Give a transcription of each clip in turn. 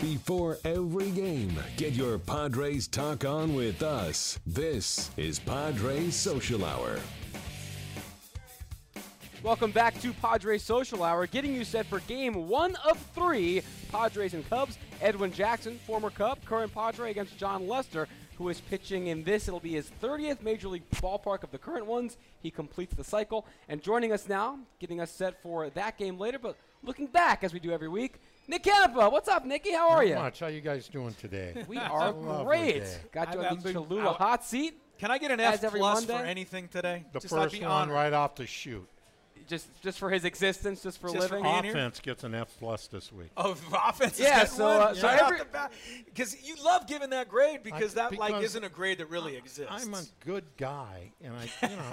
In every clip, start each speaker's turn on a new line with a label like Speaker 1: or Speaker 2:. Speaker 1: Before every game, get your Padres talk on with us. This is Padres Social Hour.
Speaker 2: Welcome back to Padres Social Hour, getting you set for game one of three Padres and Cubs. Edwin Jackson, former Cub, current Padre, against John Lester, who is pitching in this. It'll be his 30th major league ballpark of the current ones. He completes the cycle. And joining us now, getting us set for that game later, but looking back as we do every week, Nick Canepa. What's up, Nicky? How are
Speaker 3: Not
Speaker 2: you?
Speaker 3: Much. How you guys doing today?
Speaker 2: We are
Speaker 3: lovely day.
Speaker 2: great. Got you
Speaker 4: I've
Speaker 2: on the
Speaker 4: been-
Speaker 2: Cholula
Speaker 4: I-
Speaker 2: hot seat.
Speaker 4: Can I get an
Speaker 2: As
Speaker 4: F
Speaker 2: every
Speaker 4: plus for
Speaker 2: Monday?
Speaker 4: anything today?
Speaker 3: The
Speaker 4: Just I'd
Speaker 3: first
Speaker 4: be
Speaker 3: one
Speaker 4: honored.
Speaker 3: right off the shoot.
Speaker 2: Just just for his existence, just for
Speaker 4: Just for
Speaker 2: living.
Speaker 4: being here.
Speaker 3: Offense gets an F plus this week.
Speaker 4: Of offense,
Speaker 2: Yeah,
Speaker 4: yeah.
Speaker 2: so,
Speaker 4: So,
Speaker 2: uh, so every-
Speaker 4: because you love giving that grade because that like
Speaker 3: because
Speaker 4: isn't a grade that really exists.
Speaker 3: I'm a good guy, and I, you know,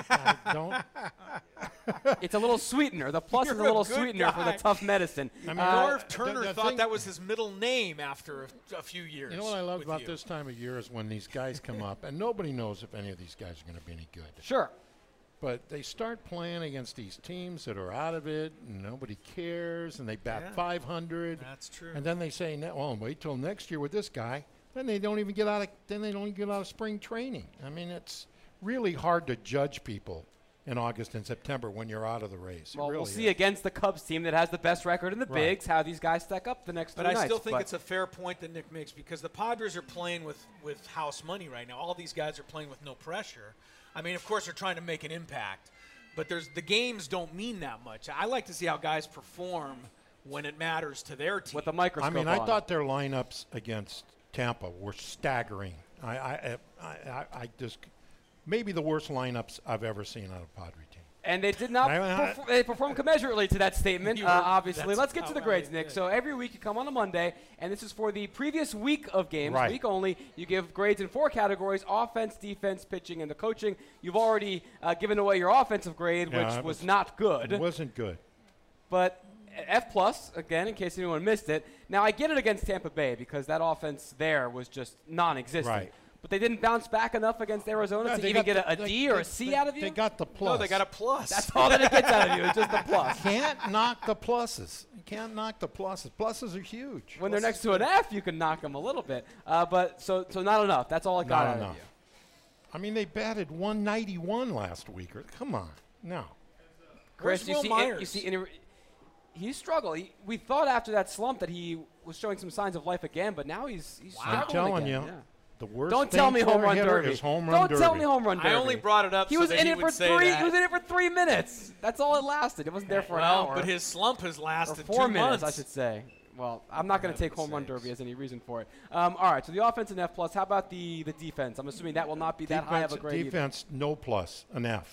Speaker 3: I don't.
Speaker 2: It's a little sweetener. The plus is a
Speaker 4: You're a
Speaker 2: little
Speaker 4: good
Speaker 2: sweetener for the
Speaker 4: guy.
Speaker 2: tough medicine.
Speaker 3: I mean,
Speaker 2: Uh,
Speaker 4: Norv Turner
Speaker 3: the
Speaker 4: thought
Speaker 3: thing-
Speaker 4: that was his middle name after a, a few years.
Speaker 3: You know what I love
Speaker 4: with
Speaker 3: about
Speaker 4: you.
Speaker 3: this time of year is when these guys come up, and nobody knows if any of these guys are going to be any good.
Speaker 2: sure.
Speaker 3: But they start playing against these teams that are out of it, and nobody cares, and they bat
Speaker 4: Yeah.
Speaker 3: 500.
Speaker 4: That's true.
Speaker 3: And then they say, "No, "Well, wait till next year with this guy." Then they don't even get out of. Then they don't even get out of spring training. I mean, it's really hard to judge people in August and September when you're out of the race. It
Speaker 2: Well, we'll
Speaker 3: really
Speaker 2: see
Speaker 3: is.
Speaker 2: against the Cubs team that has the best record in the
Speaker 3: Right.
Speaker 2: bigs how these guys stack up the next
Speaker 4: But
Speaker 2: three
Speaker 4: I still
Speaker 2: nights,
Speaker 4: think
Speaker 2: but-
Speaker 4: it's a fair point that Nick makes because the Padres are playing with, with house money right now. All these guys are playing with no pressure. I mean, of course, they're trying to make an impact, but there's the games don't mean that much. I like to see how guys perform when it matters to their team.
Speaker 2: with a microscope.
Speaker 3: I mean, I
Speaker 2: on.
Speaker 3: thought their lineups against Tampa were staggering. I, I, I, I, I just maybe the worst lineups I've ever seen on a Padre team.
Speaker 2: And they did not.
Speaker 3: I- I-
Speaker 2: perfor- they performed commensurately to that statement.
Speaker 4: You
Speaker 2: Uh,
Speaker 4: were-
Speaker 2: obviously,
Speaker 4: that's
Speaker 2: let's get to
Speaker 4: how
Speaker 2: the
Speaker 4: I
Speaker 2: grades,
Speaker 4: did.
Speaker 2: Nick. So every week you come on a Monday, and this is for the previous week of games,
Speaker 3: Right.
Speaker 2: week only. You give grades in four categories: offense, defense, pitching, and the coaching. You've already uh, given away your offensive grade,
Speaker 3: Yeah,
Speaker 2: which
Speaker 3: it
Speaker 2: was,
Speaker 3: was-
Speaker 2: not good.
Speaker 3: It wasn't good.
Speaker 2: but F plus again, in case anyone missed it. Now I get it against Tampa Bay because that offense there was just non-existent.
Speaker 3: Right.
Speaker 2: But they didn't bounce back enough against Arizona
Speaker 3: No,
Speaker 2: to
Speaker 3: they
Speaker 2: even
Speaker 3: got
Speaker 2: get
Speaker 3: the-
Speaker 2: a a D
Speaker 3: they-
Speaker 2: or
Speaker 3: they-
Speaker 2: a C
Speaker 3: they-
Speaker 2: out of you.
Speaker 3: They got the
Speaker 4: no,
Speaker 3: plus.
Speaker 4: they got a plus.
Speaker 2: That's all that it gets out of you. It's just a plus.
Speaker 3: Can't knock the pluses. Can't knock the pluses. Pluses are huge.
Speaker 2: When they're next to an F, you can knock them a little bit. Uh, but so so not enough. That's all I got out
Speaker 3: Not
Speaker 2: of
Speaker 3: enough.
Speaker 2: you.
Speaker 3: I mean, they batted 191 last week. Or, come on, no.
Speaker 2: Chris,
Speaker 4: Where's
Speaker 2: you
Speaker 4: Will
Speaker 2: see,
Speaker 4: Myers?
Speaker 2: you see, any, he struggled. He, we thought after that slump that he was showing some signs of life again, but now he's he's struggling
Speaker 3: I'm telling
Speaker 2: again,
Speaker 3: you,
Speaker 2: yeah.
Speaker 3: the worst.
Speaker 2: Don't
Speaker 3: thing
Speaker 2: tell me
Speaker 3: for
Speaker 2: home
Speaker 3: a
Speaker 2: run
Speaker 3: hitter
Speaker 2: derby.
Speaker 3: is home run
Speaker 2: Don't
Speaker 3: derby.
Speaker 2: tell me home run derby.
Speaker 4: I only brought it up.
Speaker 2: He
Speaker 4: so
Speaker 2: was
Speaker 4: that
Speaker 2: in
Speaker 4: he
Speaker 2: it for
Speaker 4: would say
Speaker 2: three.
Speaker 4: that.
Speaker 2: He was in it for three minutes. That's all it lasted. It wasn't there for
Speaker 4: well,
Speaker 2: an hour.
Speaker 4: but his slump has
Speaker 2: or
Speaker 4: lasted
Speaker 2: four
Speaker 4: two
Speaker 2: minutes,
Speaker 4: months.
Speaker 2: I should say. Well, I'm not going to
Speaker 4: Five
Speaker 2: take
Speaker 4: and
Speaker 2: home run
Speaker 4: six.
Speaker 2: derby as any reason for it. Um, all right, so the offense an F plus. How about the the defense? I'm assuming that will not be that high of a
Speaker 3: Defense-
Speaker 2: grade. either.
Speaker 3: defense, no plus, an F.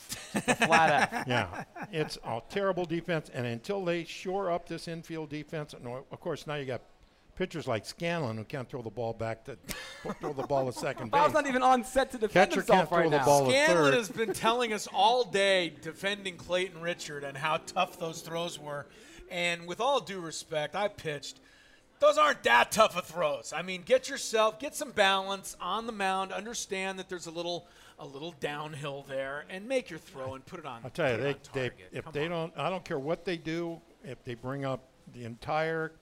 Speaker 2: Flat F.
Speaker 3: yeah, it's a terrible defense, and until they shore up this infield defense, and of course now you got pitchers like Scanlon who can't throw the ball back to throw the ball to second base.
Speaker 2: Bob's not even on set to defend
Speaker 3: Catcher
Speaker 2: himself
Speaker 3: can't throw
Speaker 2: right
Speaker 3: the
Speaker 2: now.
Speaker 3: ball.
Speaker 4: Scanlon
Speaker 3: third.
Speaker 4: has been telling us all day defending Clayton Richard and how tough those throws were. And with all due respect, I pitched. Those aren't that tough of throws. I mean, get yourself, get some balance on the mound. Understand that there's a little, a little downhill there, and make your throw and put it on.
Speaker 3: I'll tell you,
Speaker 4: put
Speaker 3: they,
Speaker 4: it on
Speaker 3: they
Speaker 4: target.
Speaker 3: if
Speaker 4: Come
Speaker 3: they
Speaker 4: on.
Speaker 3: don't, I don't care what they do, if they bring up the entire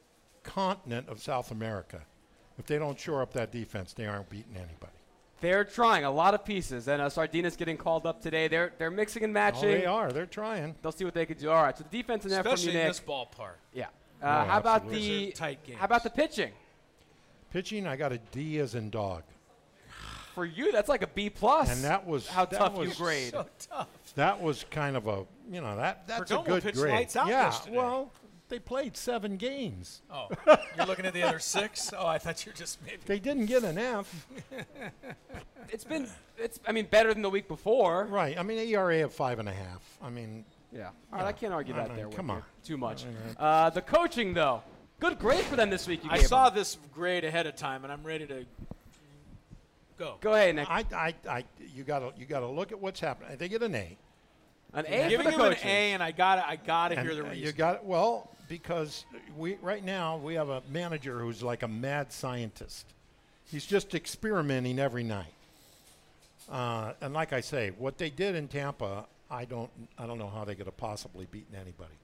Speaker 3: continent of South America, if they don't shore up that defense, they aren't beating anybody.
Speaker 2: They're trying a lot of pieces, and uh, Sardina's getting called up today. They're they're mixing and
Speaker 3: Oh,
Speaker 2: matching.
Speaker 3: they are. They're trying.
Speaker 2: will see what they can do. All right, so the defense in there from you,
Speaker 4: especially in
Speaker 2: Nick.
Speaker 4: this ballpark.
Speaker 2: Yeah. Uh, how about
Speaker 3: absolutely.
Speaker 2: the
Speaker 4: These Oh, are tight
Speaker 2: how about
Speaker 4: games.
Speaker 2: the pitching
Speaker 3: Pitching, I got a D as in dog.
Speaker 2: for you? That's like a B plus.
Speaker 3: And that was-
Speaker 2: how
Speaker 3: that
Speaker 2: tough you
Speaker 3: was
Speaker 2: grade.
Speaker 4: So Oh, tough.
Speaker 3: That was kind of a, you know, that that's
Speaker 4: Perdomo
Speaker 3: a good
Speaker 4: pitched
Speaker 3: grade.
Speaker 4: lights out
Speaker 3: yeah.
Speaker 4: yesterday.
Speaker 3: Well, they played seven games.
Speaker 4: Oh, you're looking at the other six. Oh, I thought you were just maybe.
Speaker 3: They didn't get an F.
Speaker 2: it's been it's I mean better than the week before.
Speaker 3: Right. I mean, ERA of five and a half. I mean,
Speaker 2: Yeah. All right, I can't argue
Speaker 3: I
Speaker 2: that
Speaker 3: mean,
Speaker 2: there. with
Speaker 3: come
Speaker 2: you
Speaker 3: on.
Speaker 2: Too much. Uh, the coaching though, good grade for them this week. You
Speaker 4: I
Speaker 2: gave
Speaker 4: saw
Speaker 2: them.
Speaker 4: this grade ahead of time, and I'm ready to go.
Speaker 2: Go ahead, Nick.
Speaker 3: I, I, I, you gotta, you gotta look at what's happening. They get an A.
Speaker 2: An A for
Speaker 4: Giving
Speaker 2: the
Speaker 4: him an
Speaker 2: coaching.
Speaker 4: A, and I got to I got to
Speaker 3: And,
Speaker 4: hear the
Speaker 3: uh,
Speaker 4: reason.
Speaker 3: You got well because we right now we have a manager who's like a mad scientist. He's just experimenting every night. Uh, and like I say, what they did in Tampa, I don't I don't know how they could have possibly beaten anybody.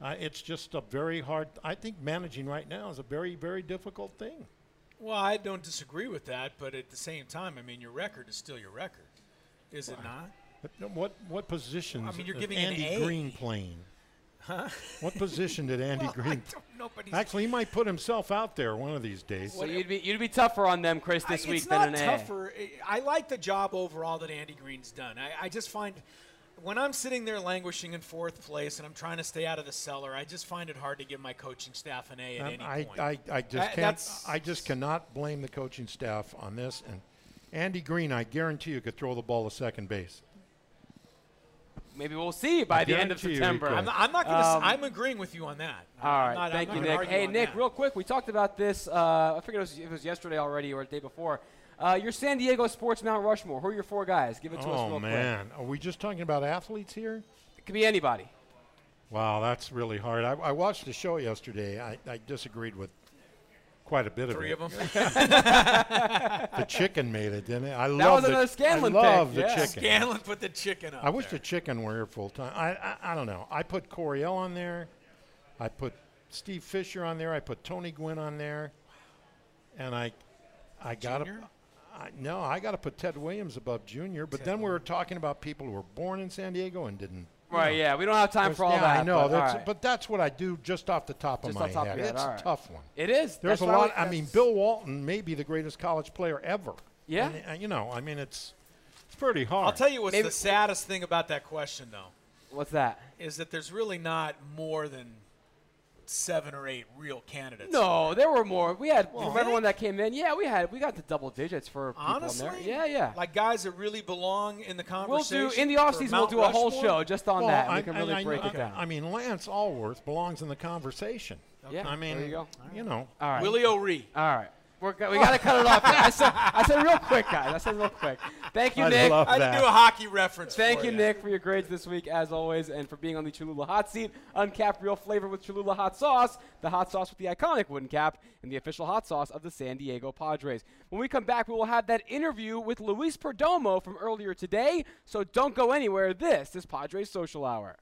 Speaker 3: Uh, it's just a very hard. I think managing right now is a very, very difficult thing.
Speaker 4: Well, I don't disagree with that, but at the same time, I mean, your record is still your record, is it not?
Speaker 3: But What what positions?
Speaker 4: I mean, you're
Speaker 3: is
Speaker 4: giving an
Speaker 3: Andy
Speaker 4: A.
Speaker 3: Green playing. Huh? What position did Andy
Speaker 4: Well, I
Speaker 3: Green?
Speaker 4: don't know, but he's-
Speaker 3: Actually, he might put himself out there one of these days.
Speaker 2: So you'd be you'd be tougher on them, Chris, this
Speaker 4: I-
Speaker 2: week
Speaker 4: it's
Speaker 2: than
Speaker 4: not
Speaker 2: an A.
Speaker 4: tougher. I I like the job overall that Andy Green's done. I, I just find when I'm sitting there languishing in fourth place and I'm trying to stay out of the cellar, I just find it hard to give my coaching staff an A at
Speaker 3: Um,
Speaker 4: any
Speaker 3: I,
Speaker 4: point.
Speaker 3: I, I just
Speaker 4: That-
Speaker 3: can't.
Speaker 4: that's-
Speaker 3: I just cannot blame the coaching staff on this. And Andy Green, I guarantee you, could throw the ball to second base.
Speaker 2: Maybe we'll see by the end of
Speaker 3: guarantee you he
Speaker 2: September.
Speaker 3: could.
Speaker 4: I'm not, I'm not gonna. s am agreeing with you on that.
Speaker 2: Um, All
Speaker 4: I'm
Speaker 2: right,
Speaker 4: not- I'm
Speaker 2: thank
Speaker 4: not
Speaker 2: you,
Speaker 4: gonna
Speaker 2: Nick.
Speaker 4: argue
Speaker 2: Hey,
Speaker 4: on
Speaker 2: Nick,
Speaker 4: that.
Speaker 2: real quick, we talked about this. Uh, I forget it was, if it was yesterday already or the day before. Uh, your San Diego sports Mount Rushmore. Who are your four guys? Give it to us
Speaker 3: Oh
Speaker 2: real
Speaker 3: man, are we just talking about athletes here?
Speaker 2: quick. It could be anybody.
Speaker 3: Wow, that's really hard. I, I watched the show yesterday. I, I disagreed with quite a bit of
Speaker 4: Three
Speaker 3: it.
Speaker 4: of them.
Speaker 3: The chicken made it, didn't it? I
Speaker 2: That
Speaker 3: love
Speaker 2: was another
Speaker 3: the,
Speaker 2: Scanlon
Speaker 3: I
Speaker 2: pick,
Speaker 3: love the
Speaker 2: yeah.
Speaker 3: chicken.
Speaker 4: Scanlon put the chicken up.
Speaker 3: I wish
Speaker 4: there.
Speaker 3: the chicken were here full time. I, I I don't know. I put Coriel on there. I put Steve Fisher on there. I put Tony Gwynn on there. And I I got to
Speaker 4: Junior?
Speaker 3: I, no, I got to put Ted Williams above Junior. But then we were talking about people who were born in San Diego and didn't.
Speaker 2: Right, yeah. We don't have time for all
Speaker 3: yeah,
Speaker 2: that.
Speaker 3: I know.
Speaker 2: But,
Speaker 3: that's,
Speaker 2: all right.
Speaker 3: but that's what I do just off the top
Speaker 2: Just
Speaker 3: of my
Speaker 2: off top of
Speaker 3: head.
Speaker 2: your head,
Speaker 3: it's
Speaker 2: all
Speaker 3: a
Speaker 2: right.
Speaker 3: tough one.
Speaker 2: it is. That's
Speaker 3: There's a
Speaker 2: why we-
Speaker 3: lot. I mean,
Speaker 2: that's-
Speaker 3: Bill Walton may be the greatest college player ever.
Speaker 2: Yeah.
Speaker 3: And, uh, you know, I mean, it's it's pretty hard.
Speaker 4: I'll tell you what's
Speaker 2: Maybe-
Speaker 4: the saddest thing about that question, though,
Speaker 2: What's that?
Speaker 4: is that there's really not more than seven or eight real candidates.
Speaker 2: No, there were more. We had remember
Speaker 4: Nick?
Speaker 2: when that came in? Yeah, we had we got the double digits for people
Speaker 4: Honestly,
Speaker 2: in there. Yeah, yeah.
Speaker 4: Like guys that really belong in the
Speaker 2: we'll
Speaker 4: conversation.
Speaker 2: do in the
Speaker 4: for
Speaker 2: off season. We'll
Speaker 4: Mount
Speaker 2: do a whole
Speaker 4: Rushmore.
Speaker 2: show just on
Speaker 3: Well,
Speaker 2: that. and
Speaker 3: I,
Speaker 2: we can
Speaker 3: I-
Speaker 2: really
Speaker 3: I-
Speaker 2: break
Speaker 3: I-
Speaker 2: it down.
Speaker 3: I mean, Lance Allworth belongs in the conversation.
Speaker 2: Yeah,
Speaker 3: I mean,
Speaker 2: there you go.
Speaker 3: you know,
Speaker 2: all right.
Speaker 4: Willie O'Ree.
Speaker 2: All right. We're go- we got to cut it off. Here. I said I said real quick, guys. I said real quick. Thank you,
Speaker 3: I
Speaker 2: Nick.
Speaker 3: love
Speaker 4: I had to
Speaker 3: that.
Speaker 4: do a hockey reference.
Speaker 2: Thank
Speaker 4: for
Speaker 2: you, Nick, for your grades this week, as always, and for being on the Cholula Hot Seat. Uncapped real flavor with Cholula Hot Sauce, the hot sauce with the iconic wooden cap, and the official hot sauce of the San Diego Padres. When we come back, we will have that interview with Luis Perdomo from earlier today, so don't go anywhere. This is Padres Social Hour.